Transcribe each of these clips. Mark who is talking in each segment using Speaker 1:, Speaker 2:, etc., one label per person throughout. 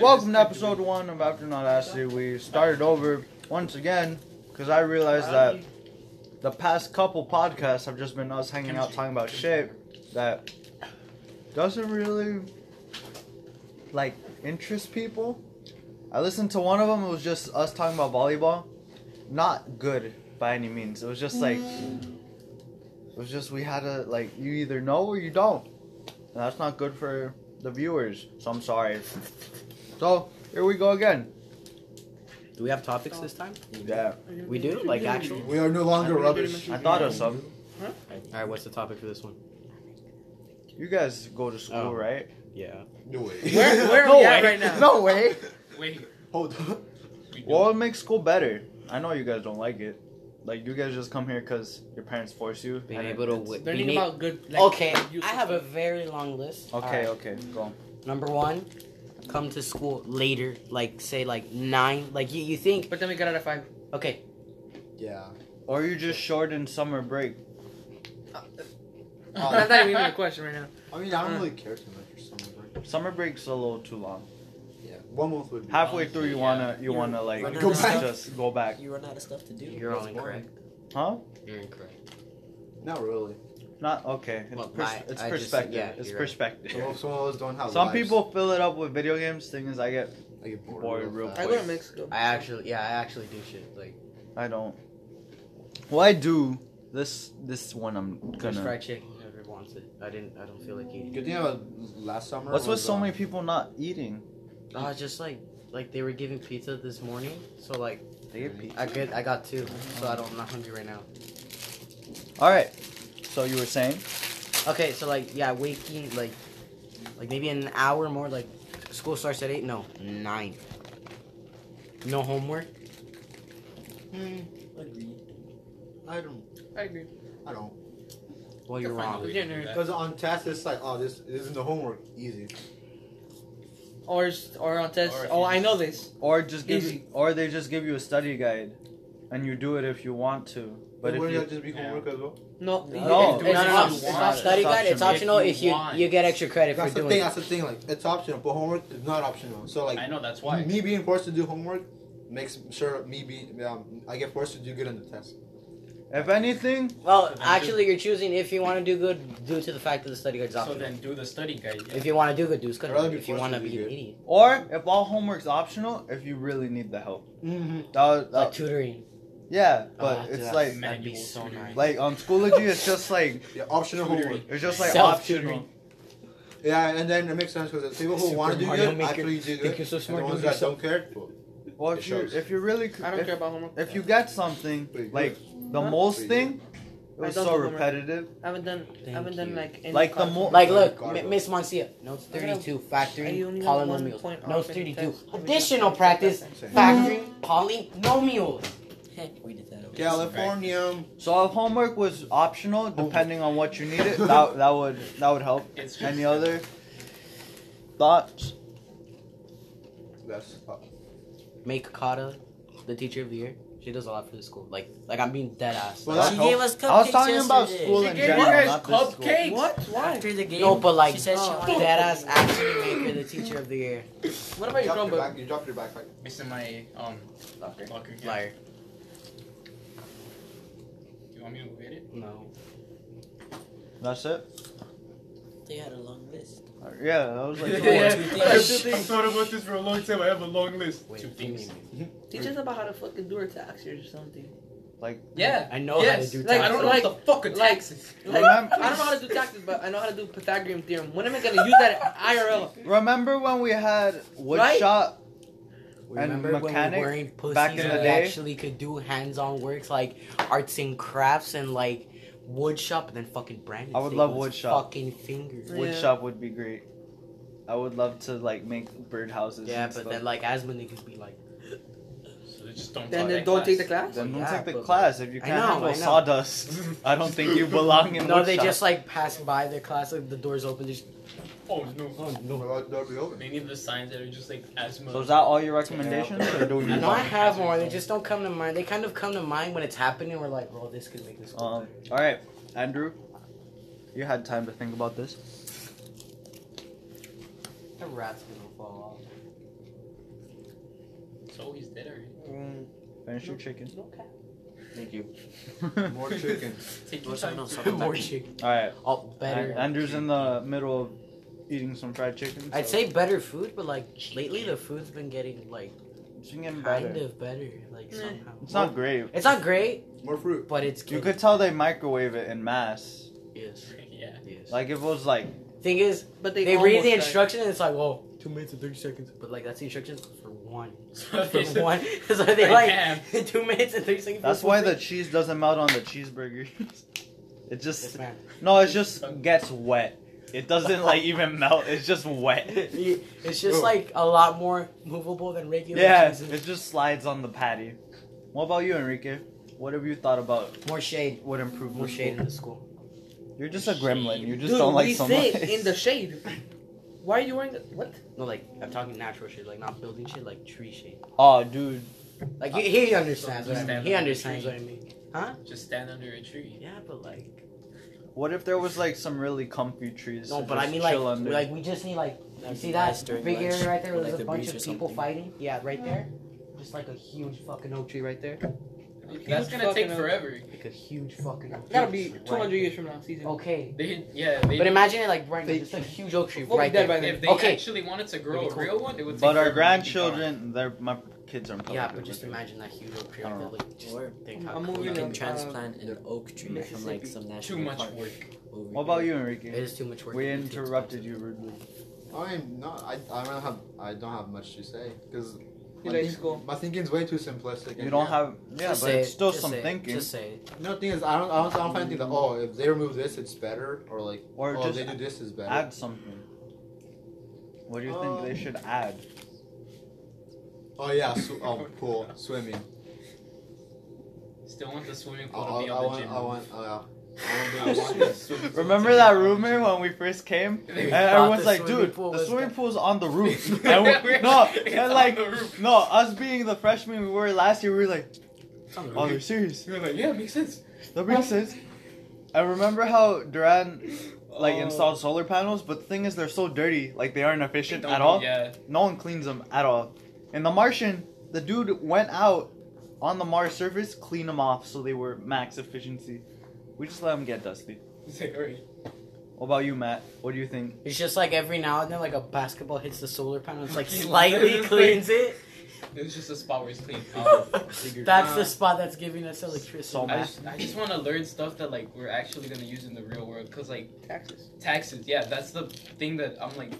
Speaker 1: Welcome to episode one of After Not Ashley. We started over once again because I realized that the past couple podcasts have just been us hanging out talking about shit that doesn't really like interest people. I listened to one of them. It was just us talking about volleyball. Not good by any means. It was just like it was just we had to like you either know or you don't. And that's not good for the viewers. So I'm sorry. So here we go again.
Speaker 2: Do we have topics this time?
Speaker 1: Yeah.
Speaker 2: We do? Like actual?
Speaker 3: We are no longer rubbish.
Speaker 1: I thought of some.
Speaker 2: Alright, what's the topic for this one?
Speaker 1: You guys go to school,
Speaker 2: Oh.
Speaker 1: right?
Speaker 2: Yeah.
Speaker 3: No way.
Speaker 4: Where- where-
Speaker 1: no
Speaker 4: we at
Speaker 1: way.
Speaker 4: right now?
Speaker 1: No way.
Speaker 4: Wait.
Speaker 3: Hold up.
Speaker 4: We
Speaker 1: Well, it makes school better. I know you guys don't like it. Like you guys just come here because your parents force you.
Speaker 2: Being
Speaker 1: and it-
Speaker 2: able to
Speaker 1: it's-
Speaker 2: win.
Speaker 4: Learning about good. Like,
Speaker 2: Okay,
Speaker 4: useful
Speaker 2: I have a
Speaker 4: stuff.
Speaker 2: very long list.
Speaker 1: Okay,
Speaker 2: Alright.
Speaker 1: okay, go.
Speaker 2: Number one, come to school later, like say like nine. Like you, you think
Speaker 4: But then we got out of five.
Speaker 2: okay,
Speaker 3: Yeah.
Speaker 1: Or you just shorten summer break.
Speaker 2: Oh.
Speaker 4: That's not even a question right now.
Speaker 3: I mean, I don't really care too much for summer break.
Speaker 1: Summer break's a little too long.
Speaker 3: Yeah. One month would be.
Speaker 1: Halfway through, you wanna you wanna like
Speaker 3: Go back.
Speaker 1: just go back,
Speaker 5: You run out of stuff to do.
Speaker 2: you're
Speaker 5: It's
Speaker 2: only
Speaker 5: boring.
Speaker 2: correct.
Speaker 1: huh?
Speaker 2: You're incorrect.
Speaker 3: Not really.
Speaker 1: Not okay. It's,
Speaker 2: Well,
Speaker 1: pers-
Speaker 2: my-
Speaker 1: it's
Speaker 2: I just-
Speaker 1: perspective.
Speaker 2: yeah,
Speaker 1: it's
Speaker 2: you're right.
Speaker 1: perspective.
Speaker 3: Some of some of us don't have.
Speaker 1: Some
Speaker 3: lives.
Speaker 1: people fill it up with video games. Thing is, I get
Speaker 3: I get bored,
Speaker 1: Bored real
Speaker 3: real
Speaker 4: I
Speaker 3: fast.
Speaker 4: go to Mexico.
Speaker 2: I actually, yeah, I actually do shit like
Speaker 1: I don't. Well, I do. This this one I'm
Speaker 2: there's
Speaker 1: gonna.
Speaker 2: fried chicken. Whoever wants it. I didn't. I don't feel like eating.
Speaker 3: Good thing about last summer.
Speaker 1: What's with
Speaker 3: was,
Speaker 1: so
Speaker 3: um,
Speaker 1: many people not eating?
Speaker 2: Uh, just like like they were giving pizza this morning, so like
Speaker 1: They get pizza.
Speaker 2: I get I got two, so I don't I'm not hungry right now.
Speaker 1: All right. So you were saying?
Speaker 2: Okay, so like yeah, waking like like maybe in an hour more. Like school starts at eight. No, nine. No homework.
Speaker 5: Agreed.
Speaker 3: I don't.
Speaker 4: I agree.
Speaker 3: I don't.
Speaker 2: Well, you're
Speaker 4: You'll find
Speaker 2: wrong.
Speaker 4: a dinner.
Speaker 3: Because on test, it's like, oh, this, this isn't the homework. Easy.
Speaker 4: Or s- or on test.
Speaker 5: Or if
Speaker 4: oh,
Speaker 5: you
Speaker 4: I know this.
Speaker 1: Or just give you,
Speaker 4: Easy.
Speaker 1: or they just give you a study guide, and you do it if you want to. But if
Speaker 3: wouldn't
Speaker 1: you,
Speaker 3: that just be
Speaker 6: Yeah.
Speaker 3: homework as well?
Speaker 4: No.
Speaker 5: No.
Speaker 4: you
Speaker 1: No,
Speaker 4: can do
Speaker 2: It's
Speaker 4: it
Speaker 2: not,
Speaker 4: if you
Speaker 2: op-
Speaker 1: optional.
Speaker 2: it's
Speaker 4: want.
Speaker 2: not study guide. It's optional
Speaker 6: If you
Speaker 2: if you
Speaker 6: want.
Speaker 2: you get extra credit for
Speaker 3: that's the
Speaker 2: doing
Speaker 3: thing.
Speaker 2: it.
Speaker 3: That's the thing. Like, it's optional, but homework is not optional. So like,
Speaker 6: I know that's why.
Speaker 3: me being forced to do homework makes sure me being, um, I get forced to do good on the test.
Speaker 1: if anything,
Speaker 2: Well,
Speaker 6: So then
Speaker 2: actually, you're choosing if you want to do good due to the fact that the study guide's
Speaker 6: So
Speaker 2: optional.
Speaker 6: then do the study guide. yeah.
Speaker 2: if you want to do good, do it's good.
Speaker 3: I'd rather be
Speaker 2: If you want
Speaker 3: forced
Speaker 2: to
Speaker 3: to do
Speaker 2: be an
Speaker 3: good.
Speaker 2: idiot,
Speaker 1: or if all homework's optional, if you really need the help.
Speaker 3: Mm-hmm.
Speaker 1: That, was-
Speaker 2: like
Speaker 1: that,
Speaker 2: tutoring.
Speaker 1: yeah,
Speaker 2: Oh,
Speaker 1: but
Speaker 2: dude,
Speaker 1: it's
Speaker 2: that's-
Speaker 1: like
Speaker 2: that'd be
Speaker 6: Manual
Speaker 2: so
Speaker 6: tutoring.
Speaker 2: nice.
Speaker 1: like on Schoology, it's just like
Speaker 3: Yeah, optional
Speaker 6: Tutoring.
Speaker 3: homework.
Speaker 1: it's just like
Speaker 2: Self-tutoring.
Speaker 1: optional.
Speaker 3: Yeah, and then it makes sense because the people who
Speaker 2: Super
Speaker 3: want to do
Speaker 2: Mario
Speaker 3: good
Speaker 2: Maker.
Speaker 3: actually do
Speaker 2: Think
Speaker 3: good.
Speaker 2: you're so
Speaker 3: and
Speaker 2: smart,
Speaker 3: the ones
Speaker 2: do
Speaker 3: that don't care, well,
Speaker 1: Well,
Speaker 3: It
Speaker 1: if you
Speaker 3: shows.
Speaker 1: if you really
Speaker 4: I don't
Speaker 1: if,
Speaker 4: care about homework.
Speaker 1: if you get something
Speaker 3: Pretty
Speaker 1: like the
Speaker 4: Huh?
Speaker 1: most
Speaker 3: Pretty
Speaker 1: thing, it
Speaker 4: I
Speaker 1: was
Speaker 4: don't
Speaker 1: so
Speaker 4: do homework.
Speaker 1: repetitive.
Speaker 4: I haven't done. I haven't done
Speaker 2: you.
Speaker 4: like. Any
Speaker 1: Like the
Speaker 4: class.
Speaker 1: more-
Speaker 2: Like,
Speaker 3: Oh,
Speaker 2: look,
Speaker 3: Gargoyle.
Speaker 2: M- Miss Moncia, notes
Speaker 4: I gotta-
Speaker 2: 32, factoring,
Speaker 4: I only have one point
Speaker 2: polynomials.
Speaker 4: off
Speaker 2: Notes
Speaker 4: in
Speaker 2: 32,
Speaker 4: tests.
Speaker 2: additional practice,
Speaker 3: Same.
Speaker 2: factoring, polynomials.
Speaker 5: we did that. over-
Speaker 3: California.
Speaker 1: So if homework was
Speaker 2: Oh.
Speaker 1: optional, depending on what you needed, that that would that would help.
Speaker 6: It's just-
Speaker 1: Any other thoughts?
Speaker 3: That's uh,
Speaker 2: Make Kata the teacher of the year. She does a lot for the school. Like, like I'm being dead ass. Like,
Speaker 3: Well, that
Speaker 5: she
Speaker 3: helped.
Speaker 5: gave us cupcakes
Speaker 1: I was talking about
Speaker 5: yesterday.
Speaker 1: school
Speaker 4: She
Speaker 1: in
Speaker 4: gave
Speaker 1: general,
Speaker 4: you guys
Speaker 1: not this school.
Speaker 4: cupcakes. What? Why?
Speaker 5: After the game,
Speaker 2: No, but like,
Speaker 5: she said she
Speaker 4: oh.
Speaker 5: wanted
Speaker 2: dead
Speaker 5: to
Speaker 2: ass
Speaker 5: do it.
Speaker 2: actually make her the teacher of the year.
Speaker 4: What about your
Speaker 3: dropped your
Speaker 4: Chromebook?
Speaker 3: back, you dropped your backpack.
Speaker 6: It's in my um locker. locker yeah.
Speaker 2: Liar.
Speaker 6: Do you want me to get it?
Speaker 2: No.
Speaker 1: That's it.
Speaker 5: They had a long list.
Speaker 1: Uh, Yeah, that was like.
Speaker 5: Yeah.
Speaker 6: I've thought about this for a long time. I have a long list.
Speaker 2: Wait,
Speaker 6: Two
Speaker 2: give me a
Speaker 6: things.
Speaker 2: minute.
Speaker 4: Teach us about how to fucking do our taxes or something.
Speaker 6: Yeah.
Speaker 2: I know how
Speaker 6: yes.
Speaker 2: to do
Speaker 4: like,
Speaker 6: I don't know
Speaker 4: like-
Speaker 6: what the fuck a
Speaker 4: like-
Speaker 6: tax is.
Speaker 4: Like,
Speaker 1: Remem-
Speaker 4: I don't know how to do taxes, but I know how to do Pythagorean theorem. When am I gonna use that IRL?
Speaker 1: Remember when we had
Speaker 4: Right?
Speaker 1: woodshop?
Speaker 2: Remember when
Speaker 1: mechanic
Speaker 2: we were in pussies
Speaker 1: back in the
Speaker 2: that
Speaker 1: day?
Speaker 2: actually could do hands-on works like arts and crafts and like wood shop and then fucking Brandon.
Speaker 1: I would love wood shop.
Speaker 2: Fucking fingers.
Speaker 4: Yeah.
Speaker 1: Woodshop would be great. I would love to like make birdhouses.
Speaker 2: Yeah,
Speaker 1: and
Speaker 2: but
Speaker 1: stuff.
Speaker 2: then like Asmund they could be like
Speaker 6: So they just don't
Speaker 4: Then
Speaker 6: take
Speaker 4: they don't take the class.
Speaker 1: Then don't
Speaker 2: Yeah,
Speaker 1: take the
Speaker 2: but-
Speaker 1: class if you
Speaker 2: I
Speaker 1: can't
Speaker 2: know, I
Speaker 1: handle
Speaker 2: know.
Speaker 1: sawdust. I don't think you belong in.
Speaker 2: No, they
Speaker 1: woodshop.
Speaker 2: just like pass by their class, like the doors open, they just
Speaker 6: Oh no.
Speaker 2: oh
Speaker 3: No,
Speaker 2: no.
Speaker 3: that would be open.
Speaker 6: They need the signs that are just like asthma.
Speaker 1: So is that all your recommendations, or do we
Speaker 2: I
Speaker 1: need
Speaker 2: know I
Speaker 1: more?
Speaker 2: have more, they just don't come to mind. They kind of come to mind when it's happening, we're like, well this could make this cool.
Speaker 1: Um, all right, Andrew, you had time to think about this.
Speaker 2: the rat's gonna fall off.
Speaker 7: So he's dead already.
Speaker 1: Finish your chicken.
Speaker 4: No cap.
Speaker 2: Thank you.
Speaker 1: All
Speaker 3: More chicken.
Speaker 7: Take
Speaker 2: Oh,
Speaker 7: your
Speaker 2: sorry,
Speaker 7: time.
Speaker 2: no, sorry,
Speaker 7: More
Speaker 2: back.
Speaker 7: chicken.
Speaker 1: right.
Speaker 2: Oh, better.
Speaker 1: Andrew's in the middle of eating some fried chicken. so
Speaker 2: I'd say better food, but like lately the food's been getting like
Speaker 1: it's been getting
Speaker 2: kind
Speaker 1: better.
Speaker 2: of better, like
Speaker 4: Meh.
Speaker 2: somehow.
Speaker 1: It's not great.
Speaker 2: It's not great,
Speaker 3: More fruit.
Speaker 2: but it's
Speaker 1: You
Speaker 2: good.
Speaker 1: could tell they microwave it in mass.
Speaker 2: Yes.
Speaker 7: Yeah.
Speaker 2: Yes.
Speaker 1: Like if it was like
Speaker 2: Thing is,
Speaker 4: But they,
Speaker 2: they, read
Speaker 4: almost
Speaker 2: the
Speaker 4: died.
Speaker 2: instructions and it's like, whoa, two minutes and thirty seconds. But like that's the instructions for one.
Speaker 7: So
Speaker 2: For
Speaker 7: it's-
Speaker 2: one. so they
Speaker 7: I
Speaker 2: like
Speaker 7: have.
Speaker 2: two minutes and thirty seconds.
Speaker 1: that's
Speaker 2: for
Speaker 1: why
Speaker 2: one
Speaker 1: the
Speaker 2: thing.
Speaker 1: cheese doesn't melt on the cheeseburgers. It
Speaker 2: Yes,
Speaker 1: just
Speaker 2: man.
Speaker 1: no, it just gets wet. It doesn't like even melt. It's just wet.
Speaker 2: You- It's just
Speaker 3: Ooh.
Speaker 2: like a lot more movable than regular
Speaker 1: Yeah,
Speaker 2: cheeses.
Speaker 1: it just slides on the patty. What about you, Enrique? What have you thought about
Speaker 2: More shade.
Speaker 1: what improved
Speaker 2: More
Speaker 1: with
Speaker 2: shade
Speaker 1: school?
Speaker 2: in the school.
Speaker 1: You're just a gremlin. You just
Speaker 4: Dude,
Speaker 1: don't like
Speaker 4: we
Speaker 1: someone.
Speaker 4: sit in the shade. Why are you wearing the what?
Speaker 2: No, like I'm talking natural shade, like not building shade, like tree shade.
Speaker 1: Oh, dude.
Speaker 2: Like he, he understands
Speaker 7: Just
Speaker 2: what I mean.
Speaker 7: stand
Speaker 2: He
Speaker 7: under the
Speaker 2: understands
Speaker 7: tree.
Speaker 2: what I mean.
Speaker 7: Just stand under a tree.
Speaker 2: Yeah, but like
Speaker 1: What if there was like some really comfy trees?
Speaker 2: no,
Speaker 1: to
Speaker 2: but I
Speaker 1: just
Speaker 2: mean like
Speaker 1: chill under?
Speaker 2: like we just need like you
Speaker 5: Like
Speaker 2: see
Speaker 5: the
Speaker 2: that
Speaker 5: ice during
Speaker 2: big
Speaker 5: lunch,
Speaker 2: area right there
Speaker 5: or like
Speaker 2: where there's a
Speaker 5: the
Speaker 2: bunch
Speaker 5: breeze
Speaker 2: of
Speaker 5: or
Speaker 2: people
Speaker 5: something.
Speaker 2: fighting. Yeah, right there. Just like a huge fucking oak tree right there.
Speaker 7: That's
Speaker 4: That's
Speaker 7: gonna take
Speaker 4: fucking-
Speaker 7: forever.
Speaker 2: Like a huge fucking oak tree.
Speaker 4: That'll be
Speaker 2: right
Speaker 4: 200
Speaker 2: there.
Speaker 4: years from now, season.
Speaker 2: Okay.
Speaker 7: They can, yeah. They,
Speaker 2: But imagine it like right now,
Speaker 3: They-
Speaker 2: just a huge oak tree
Speaker 4: We'll be
Speaker 2: right
Speaker 4: dead
Speaker 2: there.
Speaker 4: by then.
Speaker 7: if they
Speaker 2: Okay.
Speaker 7: actually wanted to grow
Speaker 2: That'd
Speaker 7: a
Speaker 2: be
Speaker 7: real one, it would. Take
Speaker 1: but our
Speaker 7: forever to be gone.
Speaker 1: grandchildren, they're my kids are. in public.
Speaker 2: Yeah, but just imagine that huge oak tree.
Speaker 1: I
Speaker 2: Right
Speaker 1: don't
Speaker 2: there.
Speaker 1: know.
Speaker 2: Like, just
Speaker 5: Or
Speaker 2: think how
Speaker 4: I'm
Speaker 2: cool
Speaker 5: you
Speaker 4: moving uh,
Speaker 2: that
Speaker 5: can
Speaker 4: on.
Speaker 2: is.
Speaker 5: transplant an oak tree from like some
Speaker 7: Too
Speaker 5: national
Speaker 7: much
Speaker 5: park
Speaker 7: work.
Speaker 5: over
Speaker 1: What
Speaker 5: here.
Speaker 1: about you,
Speaker 2: It
Speaker 1: Enrique?
Speaker 2: is too much work.
Speaker 1: We
Speaker 2: It takes
Speaker 1: interrupted
Speaker 2: time.
Speaker 1: you rudely.
Speaker 3: I'm not. I, I don't have. I don't have much to say because
Speaker 4: You like school.
Speaker 3: my thinking's way too simplistic.
Speaker 1: You
Speaker 3: and
Speaker 1: don't
Speaker 3: yeah.
Speaker 1: have. Yeah,
Speaker 2: Just
Speaker 1: but
Speaker 2: say
Speaker 1: it's
Speaker 2: it.
Speaker 1: still
Speaker 2: Just
Speaker 1: some
Speaker 2: say it.
Speaker 1: thinking.
Speaker 2: Just say it.
Speaker 3: No, the thing is, I don't. I don't, I don't find anything that. Oh, if they remove this, it's better, or like,
Speaker 1: Or
Speaker 3: oh,
Speaker 1: just
Speaker 3: they do this is better.
Speaker 1: Add something. What do you think they
Speaker 3: Um,
Speaker 1: should add?
Speaker 3: oh yeah. Sw- oh, pool swimming.
Speaker 7: Still want the swimming
Speaker 3: I,
Speaker 7: pool to
Speaker 3: I,
Speaker 7: be
Speaker 3: I
Speaker 7: on the
Speaker 3: want.
Speaker 7: gym.
Speaker 3: I want. Oh yeah. I
Speaker 7: I
Speaker 3: want to
Speaker 7: want
Speaker 3: do
Speaker 7: the
Speaker 3: this.
Speaker 7: swim pool to
Speaker 1: Remember
Speaker 7: be
Speaker 1: that
Speaker 7: on the
Speaker 1: rumor
Speaker 7: gym.
Speaker 1: when we first came?
Speaker 7: They
Speaker 1: And
Speaker 7: thought
Speaker 1: everyone's
Speaker 2: the
Speaker 1: like,
Speaker 2: swimming
Speaker 1: dude,
Speaker 2: pool
Speaker 1: the
Speaker 2: was
Speaker 1: swimming
Speaker 2: go-
Speaker 1: pool's on the roof. and we, no,
Speaker 7: It's
Speaker 1: and
Speaker 7: on
Speaker 1: like,
Speaker 7: the roof.
Speaker 1: no, us being the freshmen we were last year, we were like, oh, you're serious.
Speaker 6: You're like, yeah, makes sense.
Speaker 1: That makes sense. I remember how Duran like
Speaker 7: Oh,
Speaker 1: installed solar panels, but the thing is, they're so dirty, like they aren't efficient
Speaker 7: Don't
Speaker 1: at
Speaker 7: do-
Speaker 1: all.
Speaker 7: Yeah.
Speaker 1: No one cleans them at all. In The Martian, the dude went out on the Mars surface, clean them off so they were max efficiency. We just let them get dusty.
Speaker 7: It's like, alright.
Speaker 1: What about you, Matt? What do you think?
Speaker 2: It's just like every now and then, like a basketball hits the solar panel, it's like
Speaker 7: Fucking
Speaker 2: slightly
Speaker 7: literally.
Speaker 2: cleans it.
Speaker 7: There's just a spot where it's clean. Um,
Speaker 1: Oh,
Speaker 2: that's the spot that's giving us electricity.
Speaker 1: So
Speaker 7: I
Speaker 1: much.
Speaker 7: just, I just want to learn stuff that like we're actually gonna use in the real world, cause like
Speaker 4: Taxes.
Speaker 7: taxes, yeah, that's the thing that I'm like.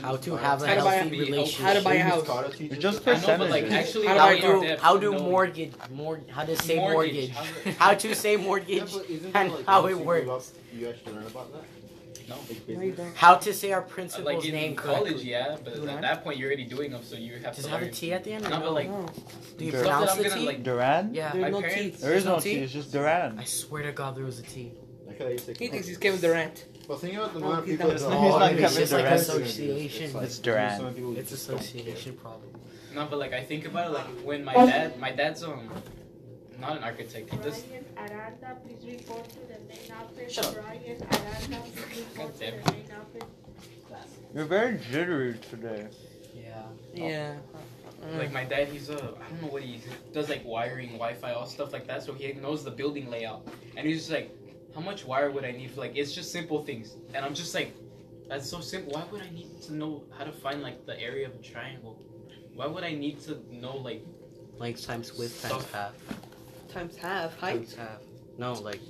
Speaker 2: How to have a
Speaker 7: How to buy a-
Speaker 2: healthy relationship.
Speaker 4: how to buy a house.
Speaker 1: It's just
Speaker 7: I know, but like
Speaker 1: Percentages.
Speaker 7: actually,
Speaker 4: How
Speaker 2: How
Speaker 4: to
Speaker 7: knowing our
Speaker 2: do
Speaker 7: depth,
Speaker 2: how do
Speaker 7: knowing-
Speaker 2: mortgage more how to say mortgage,
Speaker 7: Mortgage.
Speaker 2: how to say mortgage and how it works
Speaker 3: You actually learn about that.
Speaker 4: No,
Speaker 3: Like
Speaker 7: No.
Speaker 4: you
Speaker 3: business?
Speaker 4: don't.
Speaker 2: how to say our
Speaker 7: uh,
Speaker 2: principal's
Speaker 7: like
Speaker 2: name
Speaker 7: in college,
Speaker 2: correctly.
Speaker 7: yeah, but
Speaker 4: Dude, I-
Speaker 7: at that point you're already doing them, so you have
Speaker 2: Does
Speaker 7: to
Speaker 2: it have a
Speaker 7: learn.
Speaker 2: T at the end? or
Speaker 7: No, but like-
Speaker 4: No.
Speaker 2: do you
Speaker 1: Dude,
Speaker 7: Stuff that
Speaker 2: pronounce
Speaker 7: I'm
Speaker 2: the
Speaker 7: gonna
Speaker 2: T?
Speaker 7: like.
Speaker 1: Duran?
Speaker 2: yeah,
Speaker 4: There's
Speaker 7: My
Speaker 4: no
Speaker 7: parents-
Speaker 4: teeth.
Speaker 1: There is
Speaker 2: There's no
Speaker 1: no T,
Speaker 2: T.
Speaker 1: it's just Duran.
Speaker 2: I swear to God, there was a T.
Speaker 3: I feel like it's like-
Speaker 4: He thinks he's Kevin Durant.
Speaker 3: Well, think about the
Speaker 4: No,
Speaker 3: amount of
Speaker 4: he's
Speaker 3: people
Speaker 4: not-
Speaker 3: that
Speaker 1: He's
Speaker 3: all
Speaker 1: not
Speaker 3: in
Speaker 1: Kevin
Speaker 3: this
Speaker 1: Durant.
Speaker 3: industry.
Speaker 1: It's
Speaker 2: like association.
Speaker 1: It's Durant.
Speaker 3: so many people
Speaker 2: It's
Speaker 3: just don't care.
Speaker 2: association problem.
Speaker 7: No, but like I think about it, like when my dad, my dad's um, not an architect. He does.
Speaker 8: Brian Aranda, please report to the main office.
Speaker 7: Shut up.
Speaker 8: Brian Aranda, please report to the
Speaker 7: damn
Speaker 8: main
Speaker 7: it.
Speaker 8: office.
Speaker 1: You're very jittery today.
Speaker 2: Yeah.
Speaker 4: Oh. Yeah.
Speaker 7: Like my dad, he's a I don't know what he does like wiring, Wi-Fi, all stuff like that. So he knows the building layout, and he's just like, how much wire would I need for like? It's just simple things, and I'm just like, that's so simple. Why would I need to know how to find like the area of a triangle? Why would I need to know like?
Speaker 2: Length times width times
Speaker 7: Stuff.
Speaker 2: half.
Speaker 4: Times half height.
Speaker 2: Times half. No, like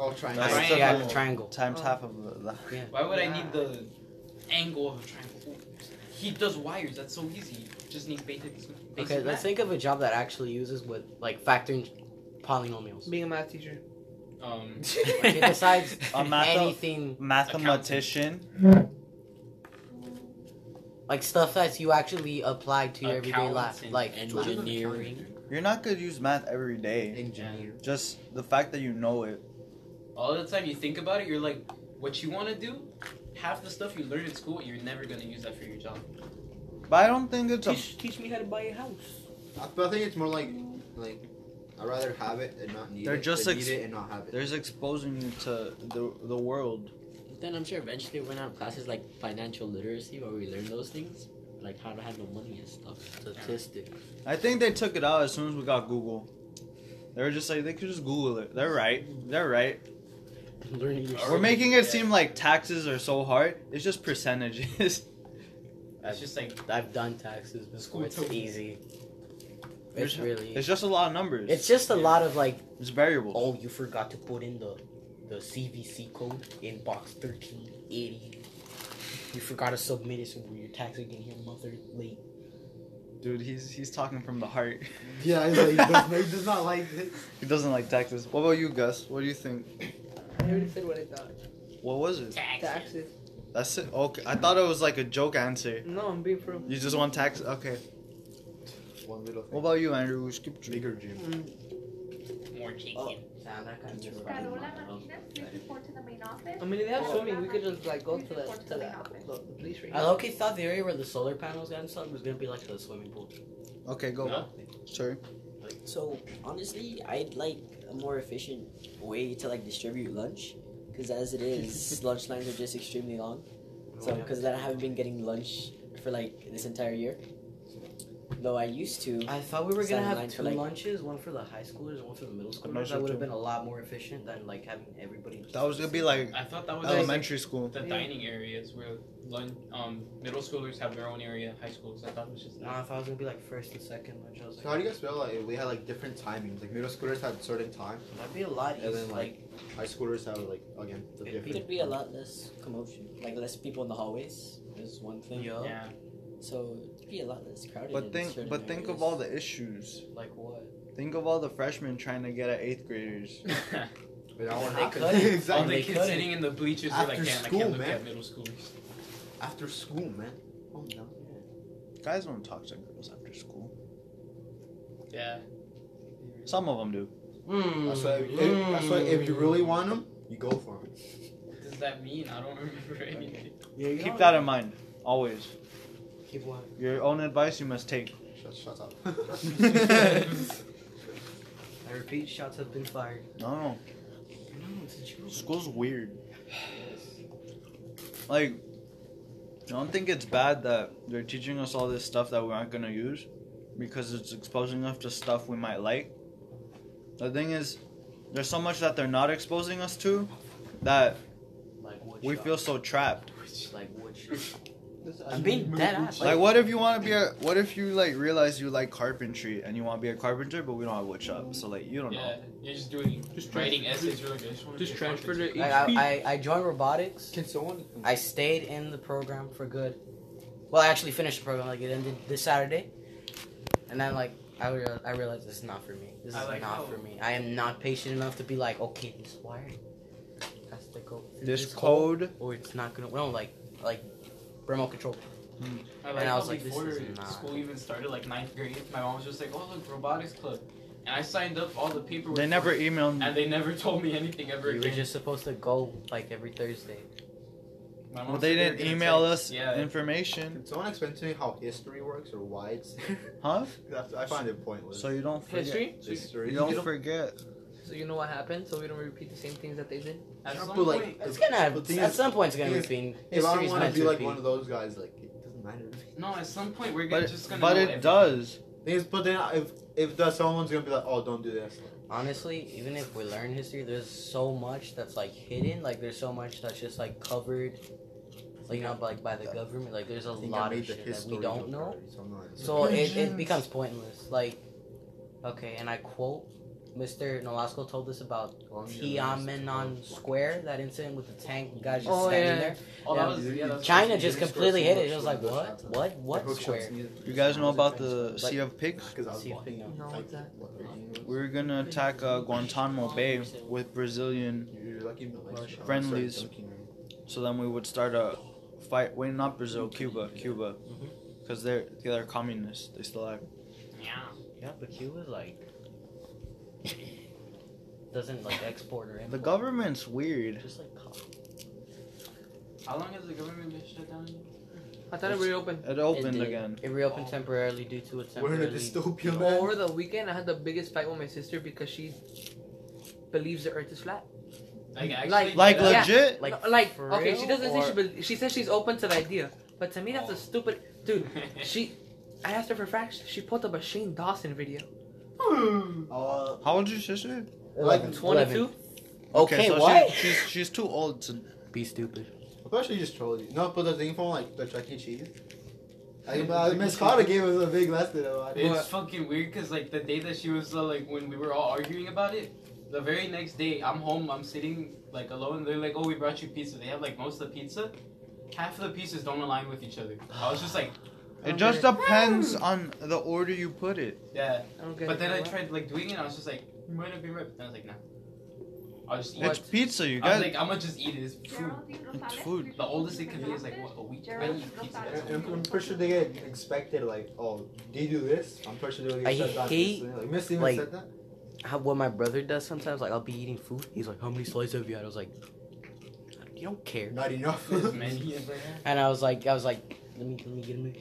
Speaker 3: Oh, trying
Speaker 1: That's
Speaker 7: Triangle.
Speaker 1: the
Speaker 2: yeah,
Speaker 1: whole-
Speaker 2: triangle.
Speaker 1: Times
Speaker 4: Oh.
Speaker 1: half of the. the
Speaker 7: Why would I
Speaker 4: Yeah.
Speaker 7: need the angle of a triangle? He does wires. That's so easy. Just need basic. basic
Speaker 2: Okay, let's
Speaker 7: math.
Speaker 2: think of a job that actually uses with like factoring polynomials.
Speaker 4: Being a math teacher.
Speaker 7: Um,
Speaker 2: Okay, besides
Speaker 1: A math-
Speaker 2: anything
Speaker 1: mathematician.
Speaker 2: like stuff that you actually apply to your everyday
Speaker 7: Accountants
Speaker 2: life,
Speaker 7: and
Speaker 2: like
Speaker 5: engineering.
Speaker 1: You're not gonna use math every day.
Speaker 3: Engineer.
Speaker 1: Just the fact that you know it.
Speaker 7: all the time you think about it, you're like, what you want to do, half the stuff you learn in school, you're never gonna use that for your job.
Speaker 1: But I don't think it's a.
Speaker 4: Teach, teach me how to buy a house.
Speaker 3: I, Uh, but I think it's more like, like, I'd rather have it and not need
Speaker 1: They're
Speaker 3: it.
Speaker 1: just
Speaker 3: than
Speaker 1: ex-
Speaker 3: need it and not have it.
Speaker 1: There's exposing you to the the world.
Speaker 5: Then I'm sure eventually we're gonna have classes like financial literacy where we learn those things. like how to handle money and stuff. Statistics.
Speaker 1: I think they took it out as soon as we got Google. They were just like they could just Google it. They're right. They're right.
Speaker 5: Learning your
Speaker 1: We're making it seem like taxes are so hard. It's just percentages.
Speaker 5: I've,
Speaker 7: It's just like
Speaker 5: I've done taxes before. It's easy.
Speaker 2: It's really.
Speaker 1: It's just a lot of numbers.
Speaker 2: It's just a lot of like.
Speaker 1: It's variables.
Speaker 2: Oh, you forgot to put in the, the CVC code in box thirteen eighty. You forgot to submit it, so your tax are getting your mother late.
Speaker 1: Dude, he's he's talking from the heart.
Speaker 3: Yeah, he's like, he, does, he does not like it.
Speaker 1: He doesn't like taxes. What about you, Gus? What do you think?
Speaker 4: I already said what I thought.
Speaker 1: What was it?
Speaker 4: Taxes.
Speaker 1: That's it. Okay, I thought it was like a joke answer.
Speaker 4: No, I'm being pro.
Speaker 1: You just want tax? Okay.
Speaker 3: One little
Speaker 1: What
Speaker 3: thing.
Speaker 1: about you, Andrew? We skipped you.
Speaker 3: Bigger dream.
Speaker 4: Mm.
Speaker 7: more chicken.
Speaker 8: Carola Martinez, please report to the main office.
Speaker 4: I mean, they have so many. We could just like go to the to the, the, the police right
Speaker 5: I
Speaker 4: now.
Speaker 5: low key thought the area where the solar panels got installed was gonna be like a swimming pool.
Speaker 1: Okay, go.
Speaker 7: No.
Speaker 1: Sorry.
Speaker 9: So honestly, I'd like a more efficient way to like distribute lunch, because as it is, lunch lines are just extremely long. So because that I haven't been getting lunch for like this entire year, though I used to.
Speaker 5: I thought we were gonna
Speaker 9: Standing
Speaker 5: have
Speaker 9: line for,
Speaker 5: two
Speaker 9: like-
Speaker 5: lunches, one for the high schoolers and one for the middle
Speaker 1: not
Speaker 5: schoolers.
Speaker 1: sure
Speaker 5: That would have
Speaker 1: too.
Speaker 5: been a lot more efficient than like having everybody. just-
Speaker 1: That was gonna be like
Speaker 7: I thought that was
Speaker 3: Oh,
Speaker 7: like,
Speaker 1: elementary school.
Speaker 7: the
Speaker 4: Yeah.
Speaker 7: dining areas where lun- um middle schoolers have their own area, high schools. I thought it was just
Speaker 5: No, I thought it was gonna be like first and second lunch. I was
Speaker 3: So how do
Speaker 5: like,
Speaker 3: you guys feel like if we had like different timings? Like middle schoolers had certain time,
Speaker 5: that'd be a lot
Speaker 3: And
Speaker 5: easier.
Speaker 3: then, like,
Speaker 5: like,
Speaker 3: high schoolers have like again
Speaker 5: It'd
Speaker 3: the
Speaker 5: be-
Speaker 9: It
Speaker 3: different.
Speaker 9: could be a lot less commotion, like less people in the hallways. Is one thing.
Speaker 5: Yeah.
Speaker 7: yeah.
Speaker 9: So it'd be a lot less crowded.
Speaker 1: But
Speaker 9: in
Speaker 1: think,
Speaker 9: certain
Speaker 1: but think of
Speaker 9: areas.
Speaker 1: all the issues.
Speaker 5: like what?
Speaker 1: Think of all the freshmen trying to get at eighth graders.
Speaker 3: But I
Speaker 5: They
Speaker 3: want
Speaker 5: couldn't.
Speaker 7: All
Speaker 3: exactly
Speaker 7: the
Speaker 5: They
Speaker 7: kids
Speaker 5: couldn't.
Speaker 7: sitting in the bleachers are like,
Speaker 3: After
Speaker 7: damn, I
Speaker 3: school,
Speaker 7: can't look
Speaker 3: man.
Speaker 7: at middle schoolers.
Speaker 3: after school, man. Oh no.
Speaker 1: Guys don't talk to girls after school.
Speaker 7: Yeah.
Speaker 1: Some of them do.
Speaker 2: Mm.
Speaker 3: That's why. If, if, that's why if you really want them, you go for them.
Speaker 7: What does that mean? I don't remember anything.
Speaker 5: Yeah, you
Speaker 1: Keep
Speaker 5: know-
Speaker 1: that in mind always.
Speaker 5: Keep what?
Speaker 1: Your own advice you must take.
Speaker 3: Shut, shut up.
Speaker 5: I repeat, shots have been fired.
Speaker 1: No,
Speaker 5: No, it's a joke.
Speaker 1: school's weird. Like, I don't think it's bad that they're teaching us all this stuff that we aren't gonna use, because it's exposing us to stuff we might like. The thing is, there's so much that they're not exposing us to, that
Speaker 5: Like what?
Speaker 1: we
Speaker 5: shot?
Speaker 1: feel so trapped.
Speaker 5: Like what? shot?
Speaker 2: I'm being dead ass.
Speaker 1: Like, what if you want to be a? What if you like realize you like carpentry and you want to be a carpenter, but we don't have wood shop, so like you don't
Speaker 7: Yeah, you're just doing
Speaker 6: Just
Speaker 7: writing
Speaker 6: transfer-
Speaker 7: essays. You're like, I just want to
Speaker 6: Just transfer to
Speaker 2: Like, I, I I joined robotics.
Speaker 3: Can someone?
Speaker 2: I stayed in the program for good. Well, I actually finished the program. Like it ended this Saturday, and then like I realized, I realized this is not for me. This is
Speaker 7: I like
Speaker 2: not
Speaker 7: how-
Speaker 2: for me. I am not patient enough to be like, okay, this wire has to go
Speaker 1: know.
Speaker 2: through
Speaker 1: This
Speaker 2: hole,
Speaker 1: code,
Speaker 2: or Oh, it's not gonna. Well, like like remote control.
Speaker 7: I
Speaker 2: And I
Speaker 7: how
Speaker 2: was like, this
Speaker 7: before
Speaker 2: is not-
Speaker 7: school even started, like ninth grade, my mom was just like, oh look, robotics club, and I signed up all the paperwork.
Speaker 1: they never e-
Speaker 7: for it,
Speaker 1: emailed.
Speaker 7: and they never told me anything ever
Speaker 2: You were
Speaker 7: again.
Speaker 2: just supposed to go like every Thursday.
Speaker 7: My mom
Speaker 1: Well, they
Speaker 7: said were
Speaker 1: didn't
Speaker 7: gonna
Speaker 1: email
Speaker 7: text-
Speaker 1: us
Speaker 7: Yeah.
Speaker 1: information,
Speaker 3: Can someone explain to me how history works or why it's?
Speaker 1: huh?
Speaker 3: That's- I find it pointless.
Speaker 1: So you don't forget.
Speaker 4: History.
Speaker 3: history.
Speaker 1: You don't forget.
Speaker 4: So you know what happened. So we don't repeat the same things that they did.
Speaker 7: At some
Speaker 3: But, like,
Speaker 7: point,
Speaker 2: It's gonna
Speaker 3: The
Speaker 2: at
Speaker 3: thing is-
Speaker 2: some point it's gonna
Speaker 3: thing
Speaker 2: be
Speaker 3: is,
Speaker 2: being.
Speaker 3: If I
Speaker 2: history's
Speaker 3: want
Speaker 2: meant
Speaker 3: to be
Speaker 2: to
Speaker 3: like
Speaker 2: be.
Speaker 3: one of those guys, like it doesn't matter.
Speaker 7: no, at some point we're gonna
Speaker 1: But,
Speaker 7: just gonna.
Speaker 1: but
Speaker 7: know
Speaker 1: it
Speaker 7: everything.
Speaker 1: does.
Speaker 3: Thing is, but then if if that someone's gonna be like, oh, don't do this.
Speaker 2: Honestly, even if we learn history, there's so much that's like hidden. Like there's so much that's just like covered, like not like by the government. Like there's a
Speaker 3: I think I
Speaker 2: lot
Speaker 3: made
Speaker 2: of
Speaker 3: the
Speaker 2: shit that
Speaker 3: history
Speaker 2: we don't
Speaker 3: look
Speaker 2: know.
Speaker 3: already, so I'm not like-
Speaker 2: So it, it becomes pointless. Like, okay, and I quote, Mr. Nolasco told us about Tiananmen Square, that incident with the tank guys just
Speaker 4: Oh,
Speaker 2: standing
Speaker 4: yeah.
Speaker 2: there.
Speaker 7: Oh, that
Speaker 2: Yeah.
Speaker 7: was- yeah, that was-
Speaker 2: China
Speaker 3: China
Speaker 2: just
Speaker 3: scored
Speaker 2: completely
Speaker 3: so
Speaker 2: hit
Speaker 3: much
Speaker 2: it. It was
Speaker 3: when
Speaker 2: like,
Speaker 3: those
Speaker 2: what,
Speaker 3: shots happened.
Speaker 2: what,
Speaker 3: Like,
Speaker 2: what
Speaker 3: hook
Speaker 2: square?
Speaker 3: shots needed.
Speaker 1: You guys know about the Sea of Pigs?
Speaker 3: Because I was
Speaker 2: See if
Speaker 3: walking.
Speaker 2: they
Speaker 4: know
Speaker 3: like,
Speaker 4: that.
Speaker 3: what the fuck it
Speaker 1: We
Speaker 3: was.
Speaker 1: were gonna attack uh, Guantanamo Bay with Brazilian,
Speaker 3: You're lucky my legs are- I'm sorry,
Speaker 1: Friendlies.
Speaker 3: dunking room.
Speaker 1: so then we would start a fight. Wait, not Brazil, Cuba, Cuba, because they're they're communists. They still are.
Speaker 7: Yeah.
Speaker 2: Yeah, but Cuba's like doesn't like export or
Speaker 1: The
Speaker 2: import.
Speaker 1: government's weird.
Speaker 2: Just like coffee.
Speaker 7: How long has the government been shut down?
Speaker 4: I thought it reopened.
Speaker 1: It opened
Speaker 2: did.
Speaker 1: again.
Speaker 2: It reopened temporarily due to a
Speaker 3: We're in a
Speaker 2: temporarily.
Speaker 3: dystopia, man.
Speaker 4: Over the weekend, I had the biggest fight with my sister because she believes the Earth is flat.
Speaker 7: Like, actually,
Speaker 4: Like-
Speaker 1: Like
Speaker 4: Yeah.
Speaker 1: legit.
Speaker 4: Like,
Speaker 2: Like,
Speaker 4: like
Speaker 2: for
Speaker 4: okay,
Speaker 2: real?
Speaker 4: she doesn't
Speaker 2: Or-
Speaker 4: say she, bel she says she's open to the idea, but But to me, that's a stupid dude. She, I asked her for facts. She pulled up a Shane Dawson video.
Speaker 9: Uh,
Speaker 1: How old is your sister?
Speaker 3: Like
Speaker 4: 22.
Speaker 9: Okay, what?
Speaker 1: She's, she's she's too old to.
Speaker 2: Be stupid.
Speaker 3: Especially just trolled you. No, but the thing from like the Chuck E. Cheese. I, I, Miss Carter gave us a big lesson about it.
Speaker 7: It's fucking weird because like the day that she was uh, like when we were all arguing about it, the very next day I'm home, I'm sitting like alone. They're like, "Oh, we brought you pizza." They have like most of the pizza. Half of the pieces don't align with each other. I was just like,
Speaker 1: It just depends on the order you put it.
Speaker 7: yeah.
Speaker 4: I'm good.
Speaker 7: But then I
Speaker 4: What?
Speaker 7: tried like doing it. and I was just like, you might have been right. And I was like, nah. I'll just eat.
Speaker 1: It's
Speaker 7: it.
Speaker 1: pizza, you
Speaker 7: I was
Speaker 1: guys.
Speaker 7: like, I'm gonna just eat it. It's food.
Speaker 1: It's food.
Speaker 7: The oldest it could be is like what a week. I
Speaker 8: Gerald
Speaker 7: eat pizza.
Speaker 8: Rosales.
Speaker 7: That's
Speaker 3: I'm,
Speaker 7: all.
Speaker 3: I'm pretty sure they get expected like, oh, do you do this? I'm pretty sure they
Speaker 2: I
Speaker 3: get said that.
Speaker 2: hate,
Speaker 3: recently. like Miss even
Speaker 2: like-
Speaker 3: said that.
Speaker 2: How what my brother does sometimes, like I'll be eating food. He's like, "How many slices have you had?" I was like, "You don't care."
Speaker 3: Not enough.
Speaker 7: This menu is like,
Speaker 2: And I was like, I was like, "Let me, let me get him."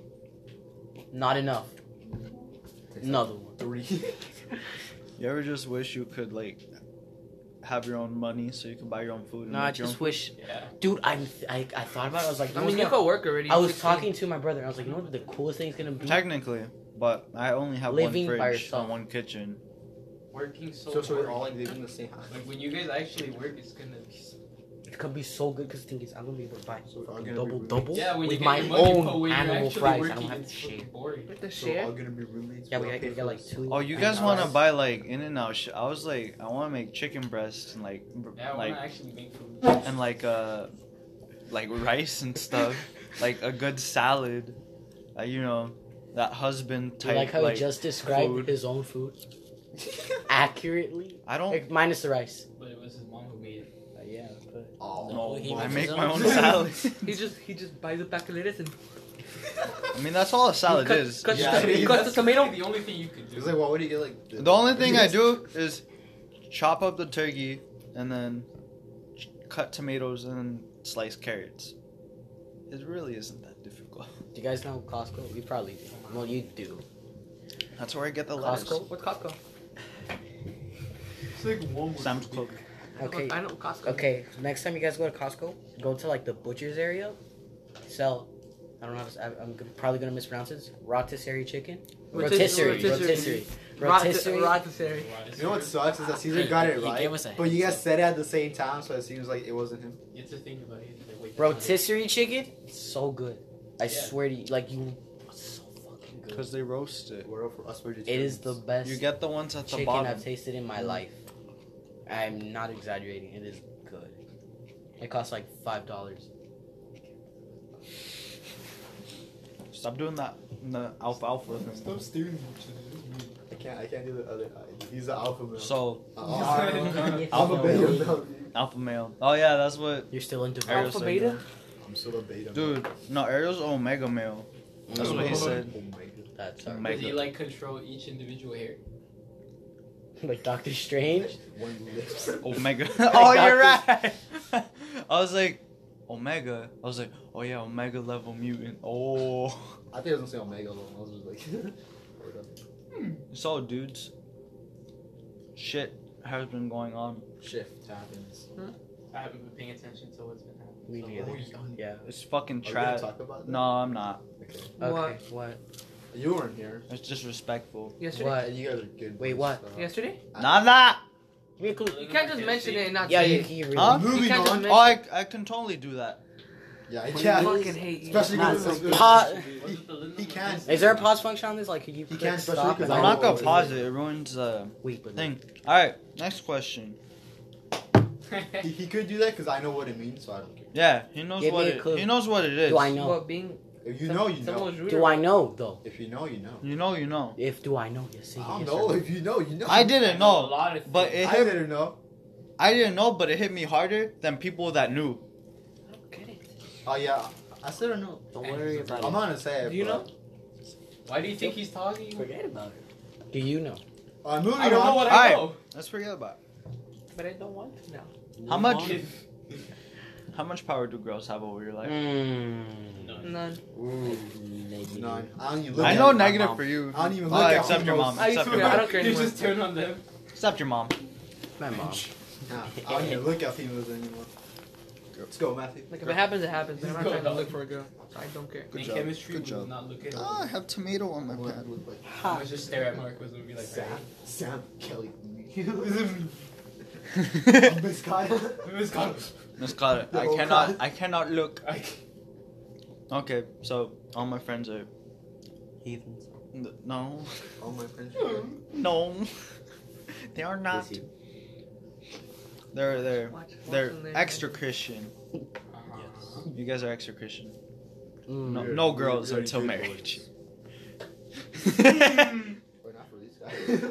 Speaker 2: Not enough. Another one.
Speaker 3: Three.
Speaker 1: You ever just wish you could like have your own money so you can buy your own food?
Speaker 2: No, I
Speaker 1: make your
Speaker 2: just
Speaker 1: own
Speaker 2: wish,
Speaker 7: yeah.
Speaker 2: dude. I'm, I, I thought about it. I was like, "Oh,
Speaker 4: I mean, you go work already.
Speaker 2: I was
Speaker 4: 16.
Speaker 2: talking to my brother. And I was like, you know what the coolest thing is gonna be?
Speaker 1: food? Technically, but I only have
Speaker 2: Living by
Speaker 1: one fridge
Speaker 2: yourself.
Speaker 1: and one kitchen.
Speaker 7: working so,
Speaker 3: so, so we're
Speaker 7: hard.
Speaker 3: all like living in the same house.
Speaker 7: Like when you guys actually work, it's gonna. Be so-
Speaker 2: It could be so good because the thing is, I'm gonna be able to buy
Speaker 3: So we're all gonna
Speaker 2: double
Speaker 3: be roommates.
Speaker 2: double
Speaker 7: Yeah, when
Speaker 2: with
Speaker 7: you
Speaker 2: my
Speaker 7: get your money, but
Speaker 2: own
Speaker 7: when you're
Speaker 2: animal
Speaker 7: actually
Speaker 2: fries. I
Speaker 7: working,
Speaker 2: don't have to
Speaker 7: it's
Speaker 2: share.
Speaker 7: fucking boring.
Speaker 4: What the
Speaker 3: So we're all
Speaker 4: shit?
Speaker 3: gonna be roommates.
Speaker 2: Yeah,
Speaker 3: we're
Speaker 2: we
Speaker 3: all
Speaker 2: got, we
Speaker 3: paid
Speaker 2: got
Speaker 3: for
Speaker 2: like
Speaker 3: this.
Speaker 2: two.
Speaker 1: Oh, you
Speaker 2: and
Speaker 1: guys
Speaker 2: I
Speaker 1: want to
Speaker 2: was-
Speaker 1: buy like In and Out? Sh- I was like, I want to make chicken breast and like, br-
Speaker 7: Yeah, I wanna
Speaker 1: like
Speaker 7: actually make food.
Speaker 1: and like uh, like rice and stuff, like a good salad, uh, you know, that husband
Speaker 2: You
Speaker 1: type.
Speaker 2: like
Speaker 1: Like
Speaker 2: how he just described
Speaker 1: food.
Speaker 2: his own food accurately,
Speaker 1: I don't
Speaker 2: Like, minus the rice.
Speaker 7: But it was his mom who made it.
Speaker 2: yeah, but
Speaker 3: Oh,
Speaker 1: know.
Speaker 9: he
Speaker 1: I
Speaker 9: makes
Speaker 1: make
Speaker 9: his
Speaker 1: my own
Speaker 9: own.
Speaker 1: salad.
Speaker 4: He just he just buys a pack of lettuce and
Speaker 1: I mean, that's all a salad
Speaker 4: cut,
Speaker 1: is.
Speaker 4: Cut,
Speaker 3: Yeah,
Speaker 4: the,
Speaker 3: it is.
Speaker 4: cut the tomato.
Speaker 7: The only thing you could do.
Speaker 3: It's like, what would you get like?
Speaker 1: The only thing I do is chop up the turkey and then ch- cut tomatoes and then slice carrots. It really isn't that difficult.
Speaker 2: do you guys know Costco? You probably do. Well, you do.
Speaker 1: That's where I get the lettuce.
Speaker 2: Costco.
Speaker 4: What's Costco?
Speaker 6: It's like Walmart.
Speaker 1: Sam's Club.
Speaker 2: Okay.
Speaker 4: I know Costco.
Speaker 2: Okay. Next time you guys go to Costco, go to like the butcher's area. Sell. I don't know. How to, I, I'm g- probably gonna mispronounce this. Rotisserie chicken. Rotisserie. Rotisserie.
Speaker 4: Rotisserie. Rotisserie.
Speaker 2: Rotisserie.
Speaker 7: Rotisserie.
Speaker 3: You know what sucks is that Caesar got
Speaker 9: He-
Speaker 3: it
Speaker 9: he
Speaker 3: right,
Speaker 9: gave us a
Speaker 3: but you guys
Speaker 9: heads
Speaker 3: said it at the same time, so it seems like it wasn't him.
Speaker 7: You have to think about it. Like, wait,
Speaker 2: Rotisserie chicken. It's so good. I
Speaker 7: Yeah.
Speaker 2: swear to you, like you. It's so fucking good.
Speaker 1: Because they roast it.
Speaker 3: We're all for us vegetarians.
Speaker 2: It is the best
Speaker 1: You get the ones at the
Speaker 2: chicken
Speaker 1: bottom.
Speaker 2: I've tasted in my life. I'm not exaggerating. It is good. It costs like five dollars.
Speaker 1: Stop doing that. The alfalfa thing.
Speaker 3: Stop steering me. I can't. I can't do the other eye. He's the alpha male. Uh,
Speaker 1: So
Speaker 3: Oh,
Speaker 2: Alpha
Speaker 3: alpha
Speaker 2: male.
Speaker 3: beta.
Speaker 1: alpha male. Oh yeah, that's what.
Speaker 2: You're still into
Speaker 1: Ariel
Speaker 4: Alpha
Speaker 1: said,
Speaker 4: beta.
Speaker 3: I'm still a beta. male. Oh
Speaker 1: Dude, no, Ariel's omega male. That's what he said.
Speaker 3: Omega.
Speaker 2: That's
Speaker 1: Omega.
Speaker 7: Does he like control each individual hair?
Speaker 2: like Doctor Strange.
Speaker 3: One lips.
Speaker 1: Omega. oh, you're right. I was like, Omega. I was like, oh yeah, Omega level mutant. Oh.
Speaker 3: I think I was gonna say Omega alone. I was just like. Word up.
Speaker 1: So, dudes, shit has been going on.
Speaker 3: Shift happens.
Speaker 7: I haven't been paying attention to what's been happening.
Speaker 2: Me
Speaker 7: so-
Speaker 2: neither.
Speaker 7: Oh, yeah.
Speaker 2: Yeah.
Speaker 1: It's fucking
Speaker 3: Are we gonna
Speaker 1: trash.
Speaker 3: talk about that?
Speaker 1: No, I'm not.
Speaker 3: Okay.
Speaker 2: Okay. What?
Speaker 3: You weren't here. Uh,
Speaker 1: It's disrespectful.
Speaker 4: Yesterday.
Speaker 2: What?
Speaker 3: And you guys are good.
Speaker 2: Wait,
Speaker 3: with
Speaker 2: what?
Speaker 3: stuff.
Speaker 4: Yesterday.
Speaker 1: Not that.
Speaker 2: Give me a clue.
Speaker 4: You can't just mention it and not
Speaker 2: Yeah,
Speaker 4: say
Speaker 2: you,
Speaker 4: it.
Speaker 2: you really.
Speaker 1: Huh?
Speaker 3: Moving
Speaker 4: can't just
Speaker 3: on.
Speaker 1: Oh,
Speaker 4: mention-
Speaker 1: I, I can totally do that.
Speaker 3: Yeah, I
Speaker 4: I
Speaker 3: can't.
Speaker 4: fucking hate you.
Speaker 3: Especially
Speaker 2: Not
Speaker 3: because
Speaker 2: some pot.
Speaker 3: He, he can't.
Speaker 2: Is there a pause function on this? Like, could you
Speaker 3: He
Speaker 2: click
Speaker 3: can't, especially
Speaker 2: stop?
Speaker 3: 'cause
Speaker 2: And
Speaker 1: I'm
Speaker 3: I
Speaker 1: not gonna
Speaker 3: know.
Speaker 1: pause it. It ruins the
Speaker 2: Wait, but
Speaker 1: thing. All right, next question.
Speaker 3: He, he could do that because I know what it means, so I don't care.
Speaker 1: Yeah, he knows
Speaker 2: Give me
Speaker 1: what
Speaker 2: a
Speaker 1: it.
Speaker 2: clue.
Speaker 1: He knows what it is.
Speaker 2: do I know?
Speaker 4: Well, being
Speaker 3: If you know, you know.
Speaker 4: someone's rude
Speaker 2: Do
Speaker 4: or-
Speaker 2: I know though?
Speaker 3: If you know, you know.
Speaker 1: You know, you know.
Speaker 2: If do I know? Yes.
Speaker 3: I don't
Speaker 2: yes,
Speaker 3: know.
Speaker 2: sir.
Speaker 3: If you know, you know.
Speaker 1: I didn't
Speaker 7: A
Speaker 1: know,
Speaker 7: lot of
Speaker 1: but
Speaker 7: things.
Speaker 1: it
Speaker 3: I
Speaker 1: hit.
Speaker 3: didn't know.
Speaker 1: I didn't know, but it hit me harder than people that knew.
Speaker 4: I don't get it.
Speaker 3: Oh yeah, I still don't know.
Speaker 2: Don't worry
Speaker 3: I'm
Speaker 2: about it.
Speaker 3: gonna say it.
Speaker 4: Do you
Speaker 3: but-
Speaker 7: Why do you think he's talking?
Speaker 2: Forget about it. Do you know?
Speaker 3: Uh, moving
Speaker 7: I don't know
Speaker 3: on.
Speaker 7: what
Speaker 1: Alright.
Speaker 7: I know.
Speaker 1: Let's forget about. it.
Speaker 4: But I don't want to now.
Speaker 1: How much?
Speaker 7: on.
Speaker 1: How much power do girls have over your life? Hmm.
Speaker 2: Mm.
Speaker 4: None.
Speaker 3: Ooh,
Speaker 2: Negative.
Speaker 3: none. I don't even look
Speaker 1: I
Speaker 3: at
Speaker 1: know
Speaker 3: it.
Speaker 1: negative for you.
Speaker 3: I don't even
Speaker 1: Oh,
Speaker 3: look at
Speaker 1: except your
Speaker 3: almost.
Speaker 1: mom.
Speaker 4: I
Speaker 1: Except
Speaker 4: swear,
Speaker 1: your
Speaker 4: I
Speaker 1: mom.
Speaker 4: don't care
Speaker 7: You
Speaker 4: anymore.
Speaker 7: just turn on them.
Speaker 1: Except your mom.
Speaker 2: My mom.
Speaker 3: Nah, I don't even look at females anymore. Let's go, Matthew.
Speaker 4: Like if it happens, it happens. But I'm not
Speaker 7: Go.
Speaker 4: trying to look for a girl. I don't care.
Speaker 7: In
Speaker 1: Good job.
Speaker 7: chemistry,
Speaker 1: Good
Speaker 7: we would
Speaker 1: job.
Speaker 7: not look at.
Speaker 1: Ah, I have tomato on my
Speaker 3: What
Speaker 1: pad.
Speaker 3: would like
Speaker 7: I would just stare at Marcos and be like,
Speaker 3: Sam, Sam Kelly. Miss
Speaker 6: It's called-
Speaker 1: Miscaught it. I
Speaker 3: Oh,
Speaker 1: cannot.
Speaker 3: God.
Speaker 1: I cannot look.
Speaker 7: I
Speaker 1: Okay, so all my friends are
Speaker 2: Heathens.
Speaker 1: n- no,
Speaker 3: All my friends. are dead.
Speaker 1: no. They are not.
Speaker 9: Busy.
Speaker 1: They're they're
Speaker 4: Watch- watch
Speaker 1: they're
Speaker 4: them there.
Speaker 1: extra Christian. You guys are extra Christian. No,
Speaker 3: We're-
Speaker 1: no
Speaker 3: we're
Speaker 1: girls
Speaker 3: really
Speaker 1: until
Speaker 3: good
Speaker 1: marriage.
Speaker 3: Wait, not for these guys.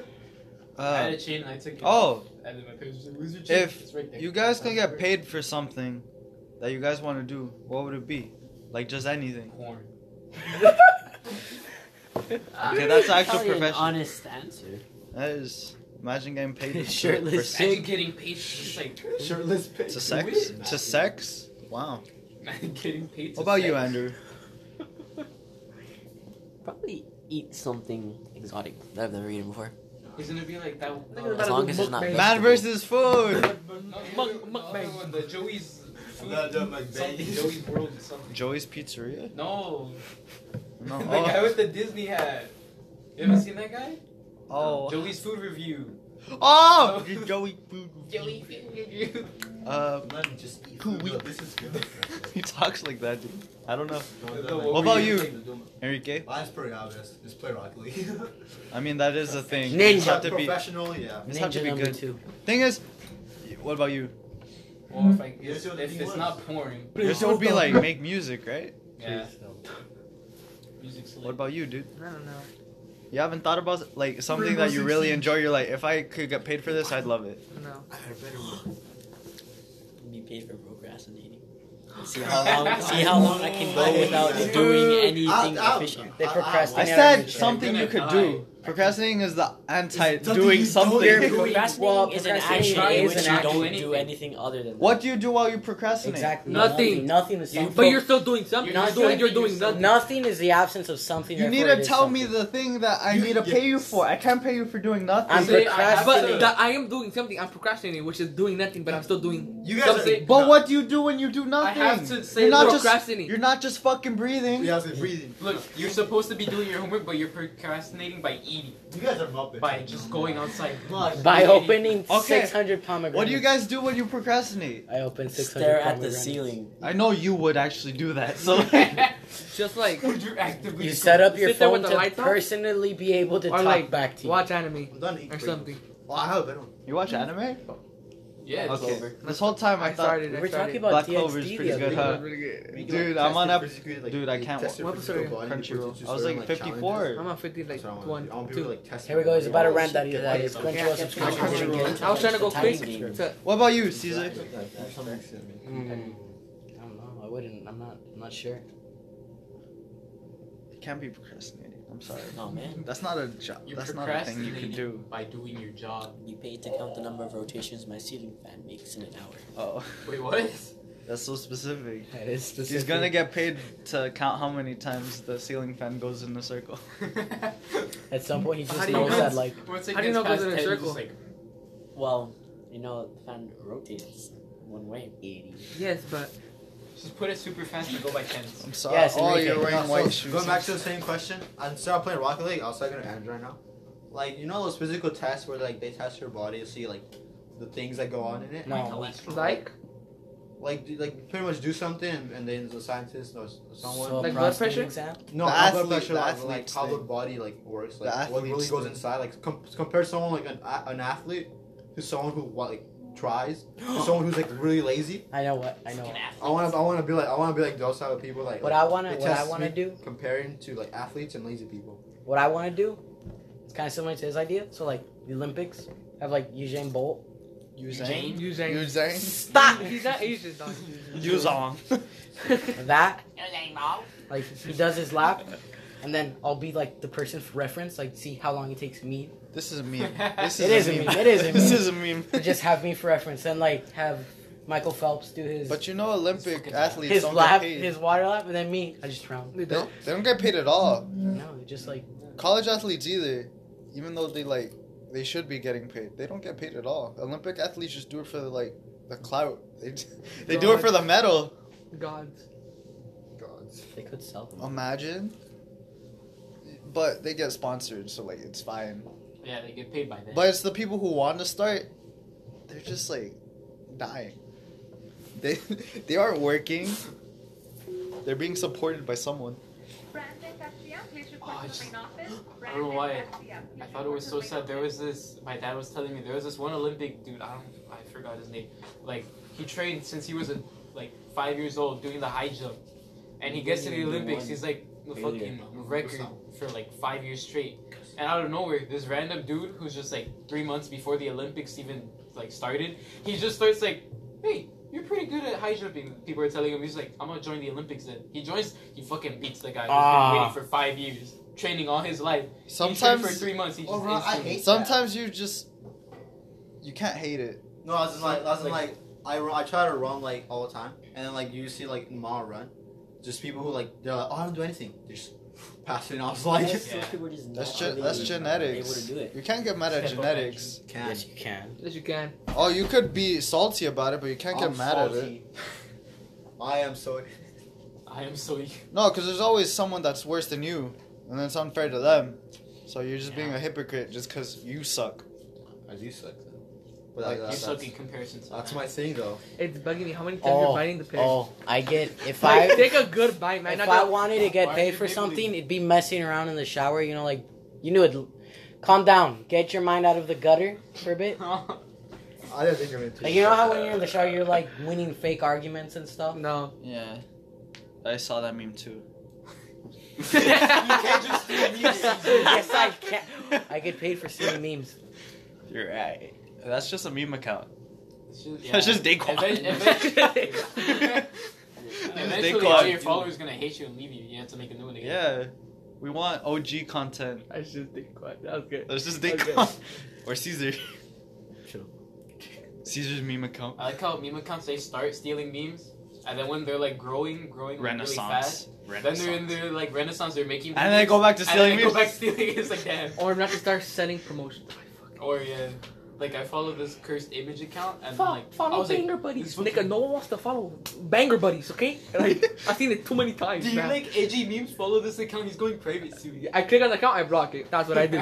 Speaker 7: I had
Speaker 1: uh,
Speaker 7: a chain and I took it. off.
Speaker 1: oh,
Speaker 7: And then my parents was like, "Where's your chain?"
Speaker 1: if
Speaker 7: It's right there.
Speaker 1: you guys can get paid for something that you guys want to do, what would it be? Like just anything.
Speaker 7: Porn.
Speaker 1: Okay, that's an actual
Speaker 5: Probably an
Speaker 1: profession.
Speaker 5: honest answer.
Speaker 1: That is. Imagine getting paid to
Speaker 5: Shirtless
Speaker 1: For,
Speaker 7: Imagine getting paid. Just like
Speaker 3: Shirtless pig.
Speaker 1: to sex. To sex. Wow.
Speaker 7: getting paid. To
Speaker 1: What about you,
Speaker 7: sex.
Speaker 1: Andrew?
Speaker 5: Probably.
Speaker 9: Eat something exotic that I've never eaten before.
Speaker 7: He's gonna be like that.
Speaker 4: Look
Speaker 9: As
Speaker 4: at
Speaker 7: Uh,
Speaker 9: long as it's not
Speaker 4: Mukbang.
Speaker 1: Man versus food.
Speaker 7: Muk- mukbang. The Joey's. food-
Speaker 3: No, no, mukbang.
Speaker 7: something, Joey's world. Something.
Speaker 1: Joey's Pizzeria.
Speaker 7: No.
Speaker 1: No.
Speaker 7: the guy
Speaker 1: Oh.
Speaker 7: with the Disney hat. You ever seen that guy?
Speaker 1: Oh.
Speaker 7: Joey's food review.
Speaker 1: Oh. Joey food.
Speaker 7: Joey's food review.
Speaker 1: Um.
Speaker 3: Man, just eat.
Speaker 1: Cool,
Speaker 3: food.
Speaker 1: we-
Speaker 3: Yo, This is good.
Speaker 1: He talks like that, dude. I don't know.
Speaker 7: What
Speaker 1: about you? Enrique.
Speaker 3: Mine's pretty obvious. Just play Rocket League.
Speaker 1: I mean, that is the thing. You
Speaker 2: Ninja.
Speaker 1: just have to be.
Speaker 3: Professional, yeah.
Speaker 1: Just have to
Speaker 2: Ninja
Speaker 1: be
Speaker 2: number
Speaker 1: good.
Speaker 2: two.
Speaker 1: Thing is, what about you?
Speaker 7: Or if, I,
Speaker 3: Yeah, that's what
Speaker 7: if
Speaker 3: he
Speaker 7: it's
Speaker 3: was.
Speaker 7: not porn.
Speaker 1: Yours
Speaker 7: um,
Speaker 1: would be like make music, right?
Speaker 7: Yeah. Music's lit.
Speaker 1: What about you, dude?
Speaker 4: I don't know.
Speaker 1: You haven't thought about like something that you really enjoy. You're like, if I could get paid for this, I'd love it.
Speaker 4: No.
Speaker 3: I had a better one.
Speaker 9: Be paid for procrastinating. See how long? see how long I can go without doing anything
Speaker 3: Ow, ow.
Speaker 9: efficient.
Speaker 2: They
Speaker 3: I- I-
Speaker 1: I
Speaker 2: procrastinate. Yeah,
Speaker 1: said
Speaker 2: good.
Speaker 1: something you
Speaker 7: You're
Speaker 1: could
Speaker 7: gonna
Speaker 1: do. Procrastinating is the anti
Speaker 3: It's something
Speaker 1: doing
Speaker 3: you
Speaker 1: something.
Speaker 3: don't do.
Speaker 9: Procrastinating
Speaker 2: Well,
Speaker 9: is an
Speaker 2: procrastinating
Speaker 9: action
Speaker 7: is
Speaker 9: in which
Speaker 7: an
Speaker 9: you
Speaker 7: action.
Speaker 9: don't do
Speaker 7: Anything.
Speaker 9: anything other than
Speaker 1: What do you do while you procrastinate?
Speaker 2: Exactly.
Speaker 4: Nothing.
Speaker 2: Nothing is something.
Speaker 4: But you're still doing something.
Speaker 7: You're
Speaker 4: You're
Speaker 7: not
Speaker 4: doing. You're
Speaker 7: doing
Speaker 4: doing
Speaker 7: yourself.
Speaker 4: nothing.
Speaker 2: Nothing is the absence of something.
Speaker 1: You need
Speaker 2: therefore
Speaker 1: to
Speaker 2: it is
Speaker 1: tell me
Speaker 2: something.
Speaker 1: the thing that I
Speaker 3: You-
Speaker 1: need to pay you for. I can't pay you for doing nothing.
Speaker 2: I'm
Speaker 7: See, I have
Speaker 4: But
Speaker 2: procrastinating.
Speaker 4: the, I am doing something. I'm procrastinating, which is doing nothing, but I'm still doing.
Speaker 3: You guys
Speaker 4: Something.
Speaker 3: are.
Speaker 1: but what do you do when you do
Speaker 7: I
Speaker 1: nothing?
Speaker 7: have to say
Speaker 1: you're not
Speaker 7: look,
Speaker 1: just
Speaker 4: procrastinating.
Speaker 1: you're not just fucking breathing.
Speaker 3: You guys are breathing.
Speaker 7: look, you're supposed to be doing your homework, but you're procrastinating by eating,
Speaker 3: You guys are muppets.
Speaker 7: by just going outside.
Speaker 3: Look.
Speaker 2: By opening
Speaker 1: Okay.
Speaker 2: 600 pomegranates.
Speaker 1: What do you guys do when you procrastinate?
Speaker 2: I opened 600
Speaker 9: Stare at the
Speaker 2: pomegranates.
Speaker 9: ceiling.
Speaker 1: I know you would actually do that. So
Speaker 4: Just like
Speaker 7: Would you actively?
Speaker 2: You set up
Speaker 4: You
Speaker 2: your
Speaker 4: sit there
Speaker 2: phone
Speaker 4: with the
Speaker 2: to
Speaker 4: lights off?
Speaker 2: personally be able to
Speaker 4: Or
Speaker 2: talk
Speaker 4: like,
Speaker 2: back to you.
Speaker 4: watch anime
Speaker 3: I'm done eating.
Speaker 4: or something.
Speaker 3: Oh, I have a better one.
Speaker 1: you watch anime?
Speaker 7: Yeah. it's
Speaker 1: Okay.
Speaker 7: over.
Speaker 1: This whole time I,
Speaker 4: I
Speaker 1: thought,
Speaker 4: started.
Speaker 2: We
Speaker 4: I
Speaker 2: We're
Speaker 4: started.
Speaker 2: talking about
Speaker 1: Black
Speaker 2: TXT
Speaker 1: Clover is pretty
Speaker 2: the other
Speaker 1: good,
Speaker 2: day.
Speaker 1: huh? Dude, I'm on ep- dude, I can't
Speaker 4: What episode
Speaker 1: Crunchyroll. I was like 54.
Speaker 4: I'm on 50, like one,
Speaker 3: people
Speaker 4: two.
Speaker 3: like testing.
Speaker 2: Here we go. He's about to
Speaker 3: Like,
Speaker 2: rant that he's at his
Speaker 7: Yeah,
Speaker 2: Crunchyroll subscription.
Speaker 3: Crunchyroll.
Speaker 4: I was trying to go
Speaker 9: Tiny
Speaker 4: quick.
Speaker 9: game.
Speaker 4: To,
Speaker 1: What about you, Caesar?
Speaker 3: There's some accident, man.
Speaker 2: Mm, I don't know. I wouldn't. I'm not. I'm not sure.
Speaker 1: It can't be procrastinating. I'm sorry.
Speaker 9: Oh man,
Speaker 1: That's not a job.
Speaker 7: You're
Speaker 1: That's not a thing you can
Speaker 7: procrastinating.
Speaker 1: do.
Speaker 7: By doing your job.
Speaker 9: you paid to count the number of rotations my ceiling fan makes in an hour.
Speaker 1: Oh,
Speaker 7: Wait, what?
Speaker 1: that's so specific.
Speaker 2: That is specific.
Speaker 1: He's gonna get paid to count how many times the ceiling fan goes in a circle.
Speaker 2: At some point, he just
Speaker 4: How do you
Speaker 2: knows
Speaker 4: know?
Speaker 2: that. Like,
Speaker 7: Once it
Speaker 4: How do you
Speaker 7: gets
Speaker 4: know if
Speaker 7: past
Speaker 4: it's in a
Speaker 7: 10, you're
Speaker 4: circle?
Speaker 7: just like,
Speaker 9: Well, you know the fan rotates one way. Eighty.
Speaker 4: yes, but
Speaker 7: just put it super fast and go by tens.
Speaker 1: I'm sorry.
Speaker 2: Yes,
Speaker 1: oh,
Speaker 2: Enrique.
Speaker 1: you're
Speaker 3: Yeah,
Speaker 1: wearing
Speaker 3: so,
Speaker 1: white shoes.
Speaker 3: Going back to the same question, I'm still playing Rocket League. I was talking to Andrew right now. Like you know those physical tests where like they test your body to see like the things that go on in it.
Speaker 2: no.
Speaker 4: like,
Speaker 3: Like do, like pretty much do something and, and then the scientist or s- someone
Speaker 2: So
Speaker 4: Like blood
Speaker 2: prostate
Speaker 4: pressure?
Speaker 2: Exam?
Speaker 3: no
Speaker 1: The
Speaker 3: not
Speaker 1: athlete-
Speaker 3: blood pressure
Speaker 1: the
Speaker 3: like, like
Speaker 1: athlete's
Speaker 3: how the
Speaker 1: thing.
Speaker 3: body like works
Speaker 1: The
Speaker 3: like what really
Speaker 1: athlete's
Speaker 3: goes
Speaker 1: thing.
Speaker 3: inside. Like com- compare someone like an, a- an athlete to someone who what, like tries to someone who's like really lazy.
Speaker 2: I know what. I know. What.
Speaker 3: I want to I want to be like I want to be like those type of people like.
Speaker 2: What
Speaker 3: like,
Speaker 2: I wanna-
Speaker 3: it
Speaker 2: what I
Speaker 3: tests
Speaker 2: wanna
Speaker 3: me
Speaker 2: do-
Speaker 3: comparing to like athletes and lazy people.
Speaker 2: What I want to do. It's kind of similar to his idea. So like the Olympics have like Usain Bolt.
Speaker 1: Usain.
Speaker 4: you Zhang.
Speaker 1: Usain.
Speaker 2: Stop.
Speaker 4: He's not Asian, dog.
Speaker 1: Usain.
Speaker 2: that. Like he does his lap, and then I'll be like the person for reference. Like see how long it takes me
Speaker 1: This is a meme. This
Speaker 2: It is a meme. It is a
Speaker 1: This
Speaker 2: meme.
Speaker 1: is a meme.
Speaker 2: to just have me for reference, and like have Michael Phelps do his
Speaker 1: But you know, Olympic athletes
Speaker 2: his
Speaker 1: don't
Speaker 2: lap,
Speaker 1: get paid.
Speaker 2: his water lap, and then me. I just drown.
Speaker 4: They
Speaker 1: They,
Speaker 4: don't.
Speaker 1: they don't get paid at all.
Speaker 2: No, just like
Speaker 1: College athletes either, even though they like, they should be getting paid. They don't get paid at all. Olympic athletes just do it for like the clout. They, they do it for the medal.
Speaker 4: Gods.
Speaker 3: Gods.
Speaker 2: They could sell them.
Speaker 1: Imagine. But they get sponsored, so like it's fine.
Speaker 7: Yeah, they get paid by that.
Speaker 1: But it's the people who want to start. They're just like dying. They they aren't working. They're being supported by someone.
Speaker 8: Brandon Garcia, please report
Speaker 7: Oh, I
Speaker 8: to the
Speaker 7: just-
Speaker 8: main office.
Speaker 7: I don't know
Speaker 8: Brandon
Speaker 7: why.
Speaker 8: Garcia, please
Speaker 7: I thought it was so
Speaker 8: report to the main
Speaker 7: sad. There
Speaker 8: office.
Speaker 7: was this. My dad was telling me there was this one Olympic dude. I don't. I forgot his name. Like he trained since he was a, like five years old doing the high jump, and he gets to the
Speaker 9: Mm,
Speaker 7: Olympics.
Speaker 9: one
Speaker 7: He's like the
Speaker 9: failure.
Speaker 7: fucking record for like five years straight. And out of nowhere, this random dude who's just like three months before the Olympics even like started, he just starts like, hey. You're pretty good at high jumping. People are telling him he's like, I'm gonna join the Olympics. Then he joins, he fucking beats the guy who's
Speaker 2: Ah.
Speaker 7: been waiting for five years, training all his life. He trained for
Speaker 1: Sometimes
Speaker 7: three months. He just
Speaker 3: Oh, bro, I
Speaker 7: instantly-
Speaker 3: hate that.
Speaker 1: sometimes you just you can't hate it.
Speaker 3: No, I was just like, I was just like, I, ru- I try to run like all the time, and then like you see like in mile run, just people who like they're like, oh, I don't do anything, they just pass it. And I was like,
Speaker 9: Yes,
Speaker 7: Yeah.
Speaker 9: people just not
Speaker 1: That's
Speaker 9: really
Speaker 1: gen- that's
Speaker 9: Able to
Speaker 1: genetics.
Speaker 9: do it.
Speaker 1: You can't get mad at
Speaker 7: Step up,
Speaker 1: genetics.
Speaker 3: can
Speaker 2: Yes, you can.
Speaker 4: Yes, you can.
Speaker 1: Oh, you could be salty about it, but you can't get
Speaker 3: I'm
Speaker 1: mad at it.
Speaker 3: salty. I am so.
Speaker 7: I am so.
Speaker 1: No, because there's always someone that's worse than you, and then it's unfair to them. So you're just being a hypocrite just because you suck.
Speaker 3: I do suck though. But
Speaker 1: Like,
Speaker 3: that,
Speaker 7: You
Speaker 3: that's,
Speaker 7: suck in comparison to
Speaker 3: that's my thing though.
Speaker 4: It's bugging me how many times
Speaker 2: Oh,
Speaker 4: you're biting the pig.
Speaker 2: Oh, I get if
Speaker 4: Like,
Speaker 2: I
Speaker 4: take a good bite, man.
Speaker 2: if
Speaker 4: Not
Speaker 2: I
Speaker 4: go-
Speaker 2: wanted to
Speaker 7: Why
Speaker 2: get
Speaker 7: are
Speaker 2: paid
Speaker 7: you
Speaker 2: for
Speaker 7: giggling?
Speaker 2: something, it'd be messing around in the shower. You know, like you knew it. Calm down. Get your mind out of the gutter for a bit.
Speaker 3: I didn't think you're gonna.
Speaker 2: Like you know how when you're in the shower, you're like winning fake arguments and stuff.
Speaker 4: No.
Speaker 1: Yeah, I saw that meme too.
Speaker 7: you can't just do music.
Speaker 2: yes, I can. I get paid for seeing memes.
Speaker 1: You're right. That's just a meme account.
Speaker 7: It's just,
Speaker 1: That's just Daquan.
Speaker 7: Eventually, eventually, eventually all
Speaker 1: Daquan.
Speaker 7: your followers gonna hate you and leave you. You have to make a new one again.
Speaker 1: Yeah, we want OG content.
Speaker 4: I should think quiet. That was good.
Speaker 1: That's just Daquan
Speaker 4: Okay.
Speaker 1: or Caesar.
Speaker 2: True.
Speaker 1: Caesar's meme account.
Speaker 7: I like how meme accounts they start stealing memes, and then when they're like growing, growing like, really
Speaker 1: Renaissance.
Speaker 7: fast, then they're in their like renaissance. They're making
Speaker 1: And then they go back to
Speaker 7: and then
Speaker 1: stealing
Speaker 7: they go
Speaker 1: memes.
Speaker 7: back stealing. It's like damn.
Speaker 4: Or not to start sending promotions.
Speaker 7: Or yeah, like I follow this cursed image account, and then,
Speaker 4: Fo-
Speaker 7: like I
Speaker 4: follow
Speaker 7: was like,
Speaker 4: banger
Speaker 7: this
Speaker 4: buddies,
Speaker 7: fucking-
Speaker 4: nigga. No one wants to follow banger buddies, okay? Like I've seen it too many times,
Speaker 7: do you
Speaker 4: man.
Speaker 7: like edgy memes? Follow this account. He's going private soon.
Speaker 4: I click on the account, I block it. That's what I do.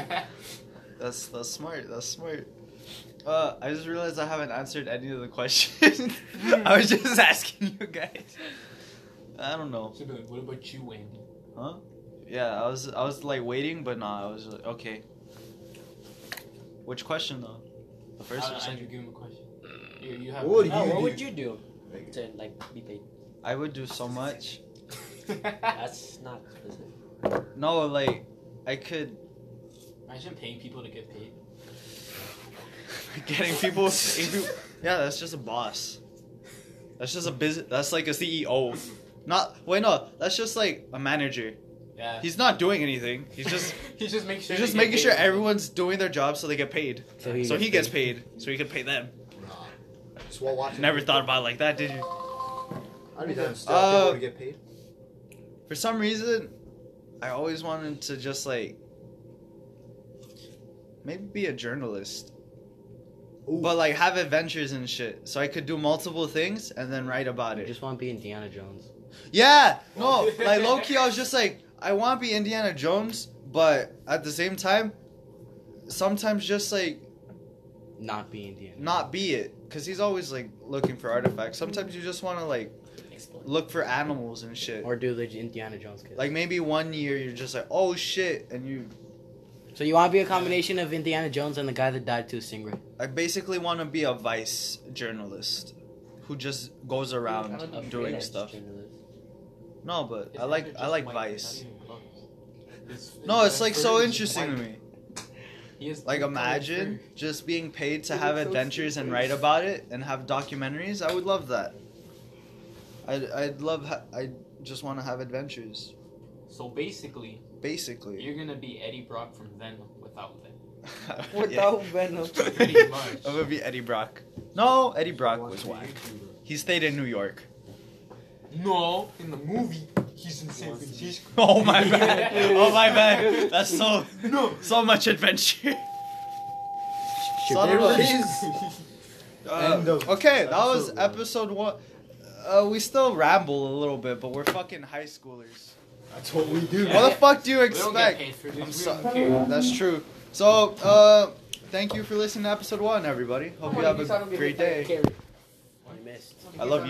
Speaker 1: That's that's smart. That's smart. Uh, I just realized I haven't answered any of the questions. I was just asking you guys. I don't know.
Speaker 7: Should be like, what about you, Wayne?
Speaker 1: Yeah, I was I was like waiting, but nah, I was like, okay. Which question though? The first Mm. or
Speaker 7: I, I, you
Speaker 1: second?
Speaker 7: give him a question. You, you have
Speaker 3: What do
Speaker 2: Oh,
Speaker 3: You
Speaker 2: what
Speaker 3: do.
Speaker 2: would you do
Speaker 3: Like,
Speaker 2: to like be paid?
Speaker 1: I would do so much.
Speaker 2: That's not specific.
Speaker 1: No, like I could
Speaker 7: Imagine paying people to get paid.
Speaker 1: getting people. if you- yeah, that's just a boss. That's just a business. That's like a CEO. Not wait, no. That's just like a manager.
Speaker 7: Yeah.
Speaker 1: He's not doing anything. He's just
Speaker 7: he's just making sure.
Speaker 1: he's just
Speaker 7: they
Speaker 1: making
Speaker 7: get
Speaker 1: sure
Speaker 7: paid.
Speaker 1: everyone's doing their job so they get paid.
Speaker 2: So he
Speaker 1: So he gets paid. So he can pay them.
Speaker 3: nah. Just while watching.
Speaker 1: Never thought about it like that, did you?
Speaker 3: I'd be done. Still,
Speaker 1: Uh,
Speaker 3: people to get paid.
Speaker 1: For some reason, I always wanted to just like maybe be a journalist,
Speaker 3: Ooh.
Speaker 1: but like have adventures and shit, so I could do multiple things and then write about
Speaker 2: You
Speaker 1: it.
Speaker 2: just want to be Indiana Jones.
Speaker 1: Yeah, no, like low key, I was just like, I want to be Indiana Jones, but at the same time, sometimes just like
Speaker 2: Not be Indiana.
Speaker 1: not be it, because he's always like looking for artifacts. Sometimes you just want to like look for animals and shit.
Speaker 2: Or do the Indiana Jones kid.
Speaker 1: Like maybe one year you're just like, oh shit, and you
Speaker 2: so you want to be a combination of Indiana Jones and the guy that died to a cigarette.
Speaker 1: I basically want to be a vice journalist who just goes around
Speaker 4: I wanna be
Speaker 1: doing
Speaker 2: freelance
Speaker 1: stuff.
Speaker 2: journalist.
Speaker 1: No, but
Speaker 7: His
Speaker 1: I like
Speaker 7: manager
Speaker 1: I
Speaker 7: just
Speaker 1: like
Speaker 7: might-
Speaker 1: Vice.
Speaker 7: not even close. His-
Speaker 1: No,
Speaker 7: his
Speaker 1: it's like
Speaker 7: fur
Speaker 1: so
Speaker 7: is
Speaker 1: interesting to
Speaker 7: white.
Speaker 1: me.
Speaker 7: He has
Speaker 1: Like
Speaker 7: three colored
Speaker 1: imagine just being paid to
Speaker 4: It
Speaker 1: have
Speaker 4: looks so
Speaker 1: adventures and
Speaker 4: stupid.
Speaker 1: write about it and have documentaries. I would love that. I'd I'd love ha- I just want to have adventures.
Speaker 7: fur. So basically,
Speaker 1: Basically,
Speaker 7: you're gonna be Eddie Brock from Venom without Venom.
Speaker 1: Yeah.
Speaker 2: Venom.
Speaker 7: Pretty much.
Speaker 1: I'm gonna be Eddie Brock. No, Eddie Brock
Speaker 3: Watch
Speaker 1: was
Speaker 3: the
Speaker 1: whack.
Speaker 3: YouTuber.
Speaker 1: He stayed in New York.
Speaker 7: No, in the movie, he's in San Francisco.
Speaker 1: Oh my bad. Oh my bad. That's so
Speaker 7: No.
Speaker 1: so much adventure.
Speaker 3: There
Speaker 1: Son of a-
Speaker 3: it is.
Speaker 1: Uh,
Speaker 3: End of
Speaker 1: okay, that
Speaker 3: episode
Speaker 1: was
Speaker 3: one.
Speaker 1: episode one. Uh, we still ramble a little bit, but we're fucking high schoolers.
Speaker 3: That's what we do.
Speaker 1: What the fuck do you
Speaker 7: We don't
Speaker 1: expect?
Speaker 7: get paid for this.
Speaker 1: I'm
Speaker 7: we
Speaker 1: so-
Speaker 7: don't care.
Speaker 1: That's true. So, uh, thank you for listening to episode one, everybody. Hope you have a great day.
Speaker 2: I missed.
Speaker 1: I love you.